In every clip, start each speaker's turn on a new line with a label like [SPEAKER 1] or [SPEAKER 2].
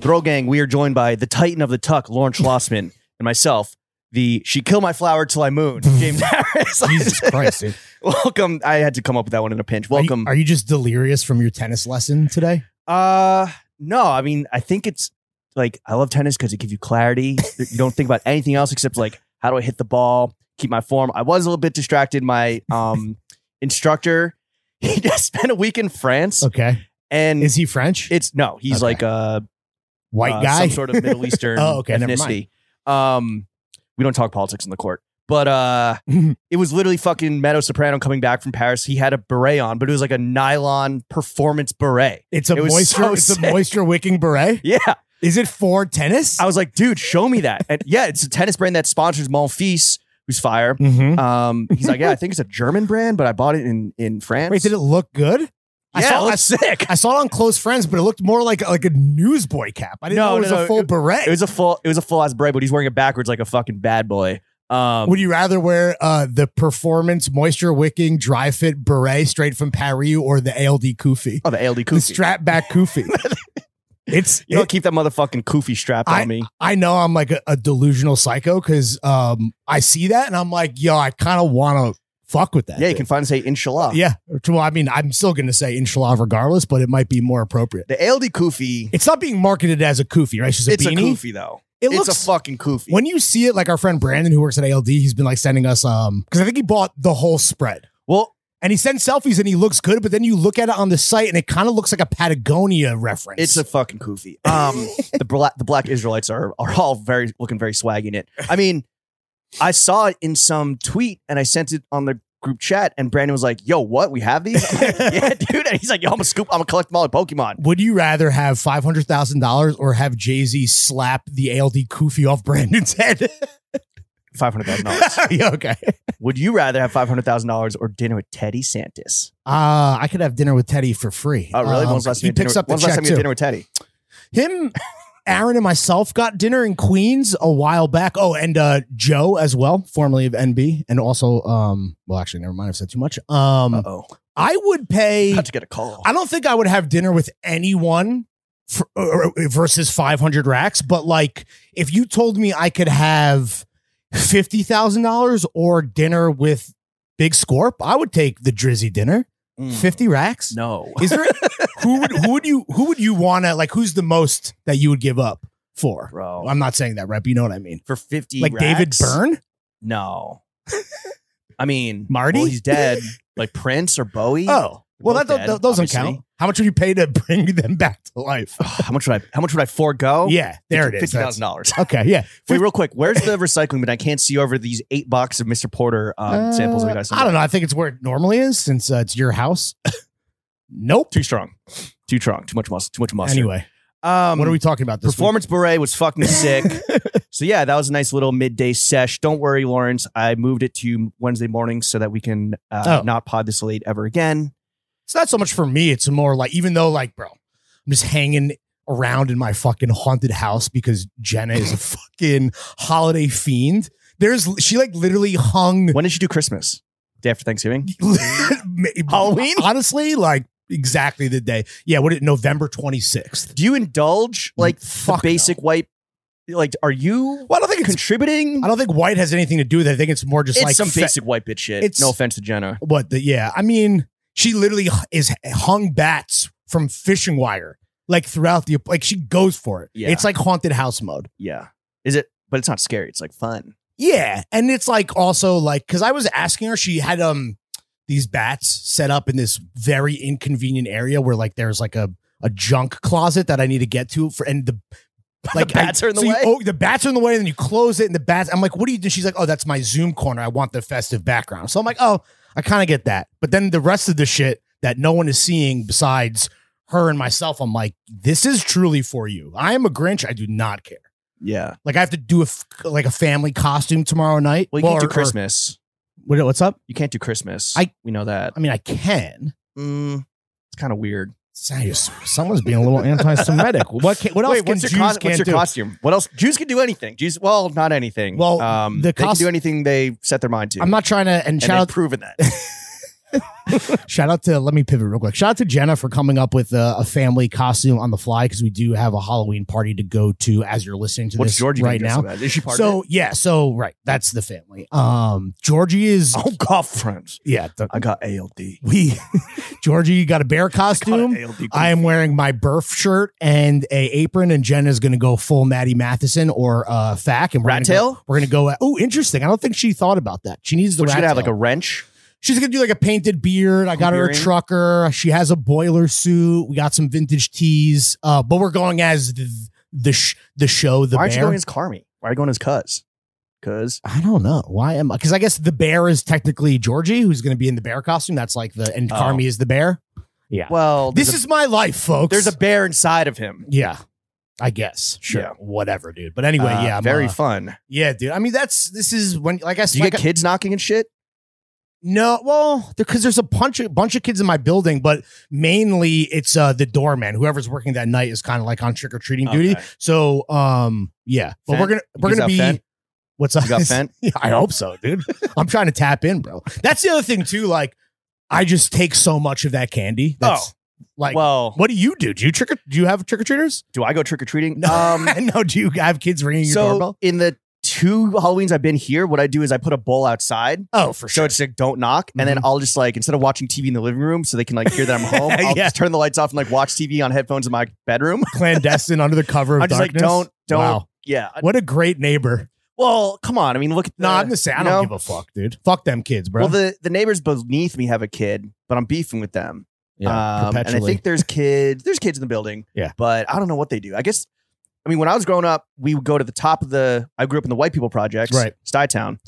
[SPEAKER 1] Throw Gang, we are joined by the Titan of the Tuck, Lauren Schlossman, and myself, the She Kill My Flower Till I Moon, James Harris.
[SPEAKER 2] Jesus Christ, dude.
[SPEAKER 1] Welcome. I had to come up with that one in a pinch.
[SPEAKER 2] Are you-
[SPEAKER 1] Welcome.
[SPEAKER 2] Are you, just delirious from your tennis lesson today?
[SPEAKER 1] Uh no, I mean I think it's like I love tennis because it gives you clarity. you don't think about anything else except like how do I hit the ball, keep my form. I was a little bit distracted. My um instructor, he just spent a week in France,
[SPEAKER 2] Okay.
[SPEAKER 1] and
[SPEAKER 2] Is he French?
[SPEAKER 1] it's no, he's
[SPEAKER 2] Okay.
[SPEAKER 1] like uh, a
[SPEAKER 2] White
[SPEAKER 1] uh,
[SPEAKER 2] guy?
[SPEAKER 1] some sort of Middle Eastern
[SPEAKER 2] Oh, okay, never
[SPEAKER 1] ethnicity. Um, we don't talk politics in the court, but uh, it was literally fucking Meadow Soprano coming back from Paris. He had a beret on, but it was like a nylon performance beret.
[SPEAKER 2] it's a
[SPEAKER 1] it was
[SPEAKER 2] moisture
[SPEAKER 1] so
[SPEAKER 2] it's a
[SPEAKER 1] sick.
[SPEAKER 2] moisture wicking beret?
[SPEAKER 1] Yeah,
[SPEAKER 2] Is it for tennis?
[SPEAKER 1] I was like, dude, show me that. And yeah, it's a tennis brand that sponsors Monfils, who's fire.
[SPEAKER 2] mm-hmm.
[SPEAKER 1] Um, he's like, yeah, I think it's a German brand, but I bought it in in France.
[SPEAKER 2] Wait, did it look good? I
[SPEAKER 1] yeah,
[SPEAKER 2] saw-
[SPEAKER 1] it looks sick.
[SPEAKER 2] I saw it on Close Friends, but it looked more like like a newsboy cap. I didn't
[SPEAKER 1] No,
[SPEAKER 2] know it was
[SPEAKER 1] no, no,
[SPEAKER 2] a full beret.
[SPEAKER 1] It was a full, it was a full ass braid, but he's wearing it backwards like a fucking bad boy. Um,
[SPEAKER 2] Would you rather wear uh, the performance moisture wicking dry fit beret straight from Paris or the ALD Kufi?
[SPEAKER 1] oh, the ALD
[SPEAKER 2] The
[SPEAKER 1] Koofy.
[SPEAKER 2] strap back Kufi. it's
[SPEAKER 1] you don't keep that motherfucking Koofy strap on me.
[SPEAKER 2] I know I'm like a, a delusional psycho because um, I see that and I'm like, yo, I kind of want to fuck with that.
[SPEAKER 1] Yeah, you
[SPEAKER 2] thing.
[SPEAKER 1] can find say inshallah.
[SPEAKER 2] Yeah. Well, I mean, I'm still going to say inshallah regardless, but it might be more appropriate.
[SPEAKER 1] the ALD Koofy.
[SPEAKER 2] It's not being marketed as a kufi, right? It's just a
[SPEAKER 1] It's a
[SPEAKER 2] beanie.
[SPEAKER 1] Koofy though.
[SPEAKER 2] it
[SPEAKER 1] it's
[SPEAKER 2] looks
[SPEAKER 1] a fucking Koofy.
[SPEAKER 2] when you see it, like our friend Brandon who works at ALD, he's been like sending us um because I think he bought the whole spread.
[SPEAKER 1] well,
[SPEAKER 2] And he sends selfies and he looks good, but then you look at it on the site and it kind of looks like a Patagonia reference.
[SPEAKER 1] It's a fucking koofy. Um, the black the black Israelites are are all very looking very swaggy in it. I mean, I saw it in some tweet and I sent it on the group chat, and Brandon was like, "Yo, what? We have these? I'm like, yeah, dude." And he's like, "Yo, I'm a scoop. I'm gonna collect them all in Pokemon."
[SPEAKER 2] Would you rather have five hundred thousand dollars or have Jay Z slap the ALD Koofy off Brandon's head?
[SPEAKER 1] Five hundred thousand dollars.
[SPEAKER 2] yeah, okay.
[SPEAKER 1] Would you rather have five hundred thousand dollars or dinner with Teddy Santis?
[SPEAKER 2] Uh, I could have dinner with Teddy for free.
[SPEAKER 1] Oh, really?
[SPEAKER 2] Um,
[SPEAKER 1] when's the last time
[SPEAKER 2] he
[SPEAKER 1] you had dinner,
[SPEAKER 2] picks up the
[SPEAKER 1] when's the last
[SPEAKER 2] check
[SPEAKER 1] time you had
[SPEAKER 2] too.
[SPEAKER 1] dinner with Teddy?
[SPEAKER 2] Him, Aaron, and myself got dinner in Queens a while back. Oh, and uh, Joe as well, formerly of NB, and also, um, well, actually, never mind. I've said too much. Um,
[SPEAKER 1] Oh,
[SPEAKER 2] I would pay.
[SPEAKER 1] about to get a call.
[SPEAKER 2] I don't think I would have dinner with anyone for, or, or- versus 500 racks, but like if you told me I could have $50,000 or dinner with Big Scorp, I would take the Drizzy dinner.
[SPEAKER 1] Mm,
[SPEAKER 2] 50 racks?
[SPEAKER 1] no.
[SPEAKER 2] Is there who would who would you who would you want to like who's the most that you would give up for?
[SPEAKER 1] Bro,
[SPEAKER 2] I'm not saying that right, but you know what I mean.
[SPEAKER 1] for fifty,
[SPEAKER 2] Like David
[SPEAKER 1] racks?
[SPEAKER 2] Byrne?
[SPEAKER 1] No. I mean,
[SPEAKER 2] Marty?
[SPEAKER 1] Well, he's dead. Like Prince or Bowie.
[SPEAKER 2] Oh. Well,
[SPEAKER 1] both
[SPEAKER 2] that, that,
[SPEAKER 1] dead,
[SPEAKER 2] that doesn't
[SPEAKER 1] obviously.
[SPEAKER 2] count. How much would you pay to bring them back to life?
[SPEAKER 1] how much would I? How much would I forego?
[SPEAKER 2] yeah, there it is.
[SPEAKER 1] Oh, Fifty
[SPEAKER 2] That's-
[SPEAKER 1] thousand dollars.
[SPEAKER 2] Okay, yeah.
[SPEAKER 1] Wait, real quick. Where's the recycling bin? I can't see over these eight box of Mr. Porter um, samples.
[SPEAKER 2] Uh, I don't know. I think it's where it normally is since uh, it's your house. nope.
[SPEAKER 1] Too strong. Too strong. Too much muscle. Too much muscle.
[SPEAKER 2] Anyway,
[SPEAKER 1] um,
[SPEAKER 2] what are we talking about this
[SPEAKER 1] Performance beret was fucking sick. so yeah, that was a nice little midday sesh. Don't worry, Lawrence. I moved it to Wednesday morning so that we can uh,
[SPEAKER 2] Oh.
[SPEAKER 1] not pod this late ever again.
[SPEAKER 2] week? It's not so much for me. It's more like, even though, like, bro, I'm just hanging around in my fucking haunted house because Jenna is a fucking holiday fiend. There's, she like literally hung
[SPEAKER 1] When did you do Christmas? Day after Thanksgiving.
[SPEAKER 2] Halloween. Honestly, like exactly the day. Yeah, what it November 26th.
[SPEAKER 1] Do you indulge like the
[SPEAKER 2] Mm, Fuck no.
[SPEAKER 1] basic white? Like, are you
[SPEAKER 2] Well, I don't think it's,
[SPEAKER 1] contributing?
[SPEAKER 2] I don't think white has anything to do with it. I think it's more just
[SPEAKER 1] it's
[SPEAKER 2] like
[SPEAKER 1] some
[SPEAKER 2] fe-
[SPEAKER 1] basic white bitch shit.
[SPEAKER 2] it's-
[SPEAKER 1] no offense to Jenna.
[SPEAKER 2] What the yeah? I mean, she literally h- is hung bats from fishing wire like throughout the like she goes for it.
[SPEAKER 1] Yeah.
[SPEAKER 2] It's like haunted house mode.
[SPEAKER 1] Yeah, is it? But it's not scary. It's like fun.
[SPEAKER 2] Yeah, and it's like also like cuz I was asking her she had um these bats set up in this very inconvenient area where like there's like a a junk closet that I need to get to for and the like I-
[SPEAKER 1] bats are in the
[SPEAKER 2] so you-
[SPEAKER 1] way?
[SPEAKER 2] oh, the bats are in the way, and then you close it, and the bats. I'm like, what do you do? She's like, oh, that's my Zoom corner. I want the festive background. So I'm like, oh, I kind of get that. But then the rest of the shit that no one is seeing besides her and myself, I'm like, this is truly for you. I am a Grinch. I do not care.
[SPEAKER 1] Yeah.
[SPEAKER 2] Like I have to do a f- like a family costume tomorrow night.
[SPEAKER 1] Well, you can't
[SPEAKER 2] Or-
[SPEAKER 1] do
[SPEAKER 2] or-
[SPEAKER 1] Christmas.
[SPEAKER 2] what- what's up?
[SPEAKER 1] you can't do Christmas.
[SPEAKER 2] I-
[SPEAKER 1] we know that.
[SPEAKER 2] I mean, I can.
[SPEAKER 1] Mm, it's kind of weird.
[SPEAKER 2] Sounds- Someone's being a little anti-Semitic. What can, what else
[SPEAKER 1] Wait,
[SPEAKER 2] can
[SPEAKER 1] what's
[SPEAKER 2] Jews
[SPEAKER 1] your, cos-
[SPEAKER 2] can't
[SPEAKER 1] what's your
[SPEAKER 2] do?
[SPEAKER 1] costume? What else? Jews can do anything. Jews, well, not anything.
[SPEAKER 2] Well,
[SPEAKER 1] um,
[SPEAKER 2] the
[SPEAKER 1] they
[SPEAKER 2] cos-
[SPEAKER 1] can do anything they set their mind to.
[SPEAKER 2] I'm not trying to and
[SPEAKER 1] and
[SPEAKER 2] shout
[SPEAKER 1] they've
[SPEAKER 2] out
[SPEAKER 1] proven that.
[SPEAKER 2] Shout out to let me pivot real quick. Shout out to Jenna for coming up with a, a family costume on the fly because we do have a Halloween party to go to as you're listening to
[SPEAKER 1] What's
[SPEAKER 2] this
[SPEAKER 1] Georgie
[SPEAKER 2] right now.
[SPEAKER 1] About? Is she part
[SPEAKER 2] So
[SPEAKER 1] of
[SPEAKER 2] yeah, so right, that's the family. Um, Georgie is
[SPEAKER 1] it? Oh God, friends,
[SPEAKER 2] yeah. The,
[SPEAKER 1] I got ALD.
[SPEAKER 2] we Georgie got a bear costume.
[SPEAKER 1] Got ALD.
[SPEAKER 2] I am wearing my Burf shirt and a apron, and Jen is going to go full Natty Matheson or uh, Fack. And we're
[SPEAKER 1] rat
[SPEAKER 2] gonna go-
[SPEAKER 1] tail.
[SPEAKER 2] We're going to go. At, oh, interesting. I don't think she thought about that. She needs the.
[SPEAKER 1] We're just
[SPEAKER 2] rat
[SPEAKER 1] gonna have
[SPEAKER 2] tail.
[SPEAKER 1] like a wrench.
[SPEAKER 2] She's gonna do like a painted beard. I got her a
[SPEAKER 1] Beard.
[SPEAKER 2] trucker. She has a boiler suit. We got some vintage tees. Uh, but we're going as the the, sh- the show. The
[SPEAKER 1] Why aren't
[SPEAKER 2] bear.
[SPEAKER 1] you going as Carmi? Why are you going as Cuz? Cuz
[SPEAKER 2] I don't know why am I? Because I guess the bear is technically Georgie, who's gonna be in the bear costume. That's like the and
[SPEAKER 1] Oh.
[SPEAKER 2] Carmi is the bear.
[SPEAKER 1] well,
[SPEAKER 2] This
[SPEAKER 1] there's a-
[SPEAKER 2] is my life, folks.
[SPEAKER 1] there's a bear inside of him.
[SPEAKER 2] yeah. I guess sure,
[SPEAKER 1] Yeah.
[SPEAKER 2] whatever, dude. But anyway,
[SPEAKER 1] Uh,
[SPEAKER 2] yeah, I'm,
[SPEAKER 1] very
[SPEAKER 2] uh,
[SPEAKER 1] fun.
[SPEAKER 2] yeah, dude. I mean, that's this is when like I
[SPEAKER 1] Do
[SPEAKER 2] said,
[SPEAKER 1] you
[SPEAKER 2] like,
[SPEAKER 1] get kids knocking and shit?
[SPEAKER 2] No, well, because there's a bunch of bunch of kids in my building, but mainly it's uh the doorman. Whoever's working that night is kind of like on trick or treating duty.
[SPEAKER 1] Okay.
[SPEAKER 2] So, um, yeah, but
[SPEAKER 1] Fent?
[SPEAKER 2] we're gonna we're
[SPEAKER 1] You
[SPEAKER 2] gonna
[SPEAKER 1] guys
[SPEAKER 2] be
[SPEAKER 1] got Fent?
[SPEAKER 2] what's up?
[SPEAKER 1] You got Fent?
[SPEAKER 2] Yeah, I hope so, dude. I'm trying to tap in, bro. That's the other thing too. Like, I just take so much of that candy. That's like,
[SPEAKER 1] Oh. well,
[SPEAKER 2] what do you do? Do you trick? Or, do you have trick or treaters?
[SPEAKER 1] do I go trick or treating?
[SPEAKER 2] No,
[SPEAKER 1] Um,
[SPEAKER 2] no. Do you have kids ringing your
[SPEAKER 1] so
[SPEAKER 2] doorbell?
[SPEAKER 1] in the two Halloweens I've been here, what I do is I put a bowl outside.
[SPEAKER 2] Oh, for
[SPEAKER 1] So
[SPEAKER 2] sure.
[SPEAKER 1] it's like don't knock, and then
[SPEAKER 2] Mhm.
[SPEAKER 1] I'll just like instead of watching TV in the living room, so they can like hear that I'm home. I'll
[SPEAKER 2] Yeah.
[SPEAKER 1] just turn the lights off and like watch TV on headphones in my bedroom.
[SPEAKER 2] Clandestine under the cover of
[SPEAKER 1] I'm just like,
[SPEAKER 2] darkness.
[SPEAKER 1] don't, don't,
[SPEAKER 2] Wow.
[SPEAKER 1] yeah.
[SPEAKER 2] What a great neighbor.
[SPEAKER 1] Well, come on. I mean, look at
[SPEAKER 2] No,
[SPEAKER 1] the-
[SPEAKER 2] I'm the same. I
[SPEAKER 1] you
[SPEAKER 2] don't
[SPEAKER 1] know?
[SPEAKER 2] give a fuck, dude. Fuck them kids, bro.
[SPEAKER 1] Well, the the neighbors beneath me have a kid, but I'm beefing with them. um, and I
[SPEAKER 2] perpetually.
[SPEAKER 1] think there's kids. There's kids in the building.
[SPEAKER 2] Yeah.
[SPEAKER 1] but I don't know what they do. I guess. I mean, when I was growing up, we would go to the top of the. I grew up in the white people projects,
[SPEAKER 2] Right.
[SPEAKER 1] Stuytown,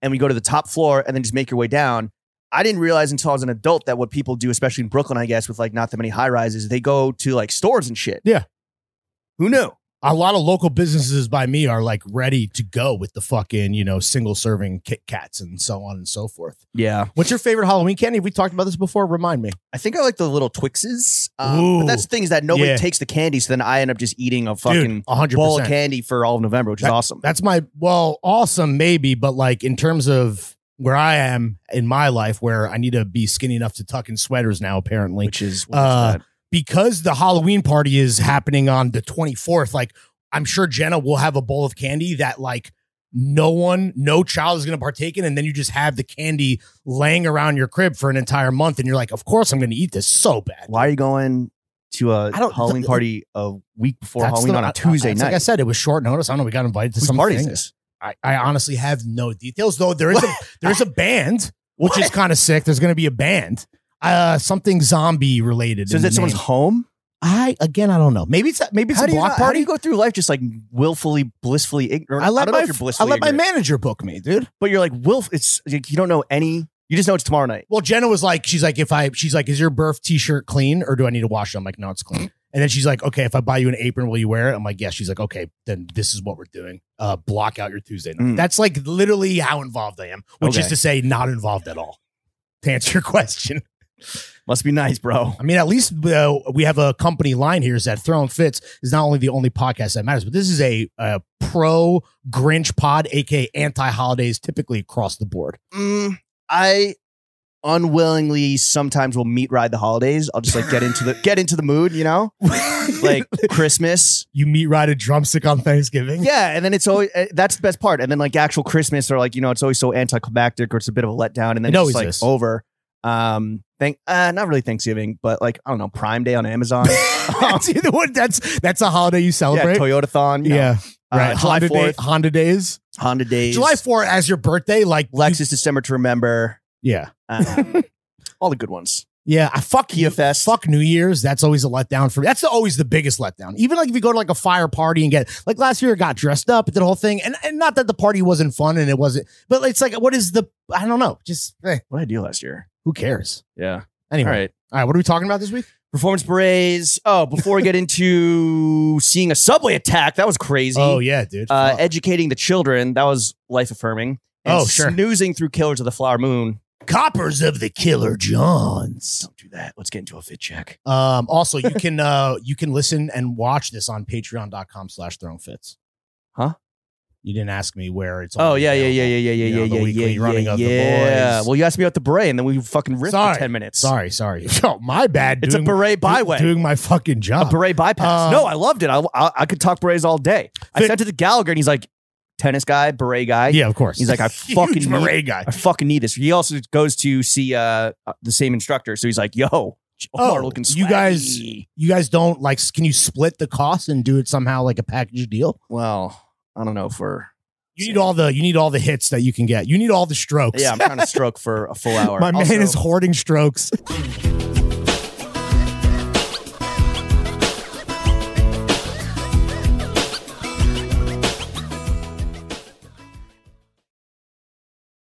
[SPEAKER 1] and we go to the top floor and then just make your way down. I didn't realize until I was an adult that what people do, especially in Brooklyn, I guess, with like not that many high rises, they go to like stores and shit.
[SPEAKER 2] Yeah.
[SPEAKER 1] Who knew?
[SPEAKER 2] a lot of local businesses by me are like ready to go with the fucking, you know, single serving Kit Kats and so on and so forth.
[SPEAKER 1] Yeah.
[SPEAKER 2] What's your favorite Halloween candy? Have we talked about this before? Remind me.
[SPEAKER 1] I think I like the little Twixes. Um,
[SPEAKER 2] Ooh.
[SPEAKER 1] but that's the thing is that nobody
[SPEAKER 2] Yeah.
[SPEAKER 1] takes the candy, so then I end up just eating a fucking
[SPEAKER 2] Dude, 100%.
[SPEAKER 1] bowl of candy for all of November, which is awesome.
[SPEAKER 2] That's my well, awesome maybe, but like in terms of where I am in my life where I need to be skinny enough to tuck in sweaters now apparently.
[SPEAKER 1] which is
[SPEAKER 2] uh, because the Halloween party is happening on the 24th, like I'm sure Jenna will have a bowl of candy that like no one, no child is going to partake in. And then you just have the candy laying around your crib for an entire month. And you're like, of course I'm going to eat this so bad.
[SPEAKER 1] why are you going to a
[SPEAKER 2] I don't-
[SPEAKER 1] Halloween
[SPEAKER 2] th-
[SPEAKER 1] party a week before
[SPEAKER 2] That's
[SPEAKER 1] Halloween
[SPEAKER 2] the-
[SPEAKER 1] on
[SPEAKER 2] I-
[SPEAKER 1] a
[SPEAKER 2] I-
[SPEAKER 1] Tuesday
[SPEAKER 2] it's
[SPEAKER 1] night?
[SPEAKER 2] Like I said, it was short notice. I don't know. We got invited to
[SPEAKER 1] Whose
[SPEAKER 2] some
[SPEAKER 1] party is
[SPEAKER 2] thing.
[SPEAKER 1] this?
[SPEAKER 2] I, I honestly have no details though. There is a, there's a band, which is kind of sick. There's going to be a band, uh, something zombie related.
[SPEAKER 1] So
[SPEAKER 2] in
[SPEAKER 1] is
[SPEAKER 2] the
[SPEAKER 1] it someone's
[SPEAKER 2] name.
[SPEAKER 1] home?
[SPEAKER 2] I, again, I don't know. Maybe it's, maybe it's
[SPEAKER 1] How
[SPEAKER 2] a
[SPEAKER 1] do, you
[SPEAKER 2] block
[SPEAKER 1] not- how do
[SPEAKER 2] party.
[SPEAKER 1] you go through life just like willfully, blissfully ignorant?
[SPEAKER 2] I let
[SPEAKER 1] don't know
[SPEAKER 2] my
[SPEAKER 1] if you're
[SPEAKER 2] I
[SPEAKER 1] blissfully
[SPEAKER 2] let my
[SPEAKER 1] ignorant,
[SPEAKER 2] manager book me, dude.
[SPEAKER 1] but you're like willf. It's like you don't know any. You just know it's tomorrow night.
[SPEAKER 2] Well, Jenna was like, she's like, if I, she's like, is your birth t-shirt clean or do I need to wash it? I'm like, no, it's clean. And then she's like, okay, if I buy you an apron, will you wear it? I'm like, yes. She's like, okay, then this is what we're doing. Uh, block out your Tuesday night.
[SPEAKER 1] Mm.
[SPEAKER 2] That's like literally how involved I am, which is
[SPEAKER 1] Okay.
[SPEAKER 2] to say, not involved at all. To answer your question,
[SPEAKER 1] Must be nice, bro.
[SPEAKER 2] I mean, at least uh, we have a company line here is that Throne Fits is not only the only podcast that matters, but this is a, a pro Grinch pod, aka anti holidays, typically across the board.
[SPEAKER 1] Mm, I unwillingly sometimes will meet ride the holidays. I'll just like get into the get into the mood, you know, like Christmas.
[SPEAKER 2] you meat ride a drumstick on Thanksgiving.
[SPEAKER 1] Yeah, and then it's always uh, that's the best part. And then like actual Christmas or like you know it's always so anticlimactic or it's a bit of a letdown, and then
[SPEAKER 2] It
[SPEAKER 1] it's
[SPEAKER 2] always
[SPEAKER 1] just, like
[SPEAKER 2] is.
[SPEAKER 1] over. Um, thank uh, not really Thanksgiving, but like I don't know Prime Day on Amazon.
[SPEAKER 2] that's either one. That's that's a holiday you
[SPEAKER 1] yeah,
[SPEAKER 2] celebrate.
[SPEAKER 1] Toyota Thon.
[SPEAKER 2] Yeah, right.
[SPEAKER 1] uh, July
[SPEAKER 2] Honda, day,
[SPEAKER 1] Fourth,
[SPEAKER 2] Honda days.
[SPEAKER 1] Honda Days,
[SPEAKER 2] July Fourth as your birthday, like you-
[SPEAKER 1] Lexus December to Remember,
[SPEAKER 2] yeah,
[SPEAKER 1] um, all the good ones.
[SPEAKER 2] yeah. I fuck
[SPEAKER 1] Kia Fest.
[SPEAKER 2] Fuck New Year's. That's always a letdown for me. That's always the biggest letdown. Even like if you go to like a fire party and get like last year, I got dressed up, did the whole thing, and, and not that the party wasn't fun and it wasn't, but it's like what is the I don't know. Just eh,
[SPEAKER 1] What did I do last year?
[SPEAKER 2] who cares?
[SPEAKER 1] Yeah.
[SPEAKER 2] Anyway,
[SPEAKER 1] All right.
[SPEAKER 2] all right. What are we talking about this week?
[SPEAKER 1] Performance berets. Oh, before we get into seeing a subway attack, that was crazy.
[SPEAKER 2] Oh yeah, dude.
[SPEAKER 1] uh,
[SPEAKER 2] Fuck.
[SPEAKER 1] educating the children, that was life affirming.
[SPEAKER 2] Oh, sure.
[SPEAKER 1] Snoozing through Killers of the Flower Moon.
[SPEAKER 2] Coppers of the Killer Johns.
[SPEAKER 1] Don't do that. Let's get into a fit check.
[SPEAKER 2] Um, also, you can uh, you can listen and watch this on patreon.com slash throne fits.
[SPEAKER 1] Huh?
[SPEAKER 2] You didn't ask me where it's.
[SPEAKER 1] Oh
[SPEAKER 2] only
[SPEAKER 1] yeah, yeah, yeah,
[SPEAKER 2] available.
[SPEAKER 1] yeah, yeah,
[SPEAKER 2] You
[SPEAKER 1] yeah,
[SPEAKER 2] know, the
[SPEAKER 1] yeah, yeah,
[SPEAKER 2] weekly
[SPEAKER 1] yeah,
[SPEAKER 2] running
[SPEAKER 1] yeah,
[SPEAKER 2] of the boys.
[SPEAKER 1] Well, you asked me about the beret, and then we fucking ripped
[SPEAKER 2] Sorry.
[SPEAKER 1] for ten minutes.
[SPEAKER 2] Sorry, sorry. Oh, my bad.
[SPEAKER 1] it's
[SPEAKER 2] doing-
[SPEAKER 1] a beret byway,
[SPEAKER 2] Doing my fucking
[SPEAKER 1] a
[SPEAKER 2] job.
[SPEAKER 1] beret bypass.
[SPEAKER 2] Um,
[SPEAKER 1] no, I loved it. I, I I could talk berets all day. I
[SPEAKER 2] Vic-
[SPEAKER 1] sent it to Gallagher, and he's like, tennis guy, beret guy.
[SPEAKER 2] yeah, of course.
[SPEAKER 1] He's like, I
[SPEAKER 2] Huge
[SPEAKER 1] fucking need-
[SPEAKER 2] beret guy.
[SPEAKER 1] I fucking need this. He also goes to see uh the same instructor, so he's like, yo, Omar
[SPEAKER 2] Oh,
[SPEAKER 1] looking
[SPEAKER 2] you guys-
[SPEAKER 1] swaggy.
[SPEAKER 2] You guys don't like. Can you split the cost and do it somehow like a package deal?
[SPEAKER 1] Well, I don't know for.
[SPEAKER 2] You need all the you need all the hits that you can get. You need all the strokes.
[SPEAKER 1] Yeah, I'm trying to stroke for a full hour.
[SPEAKER 2] my man
[SPEAKER 1] Also-
[SPEAKER 2] is hoarding strokes.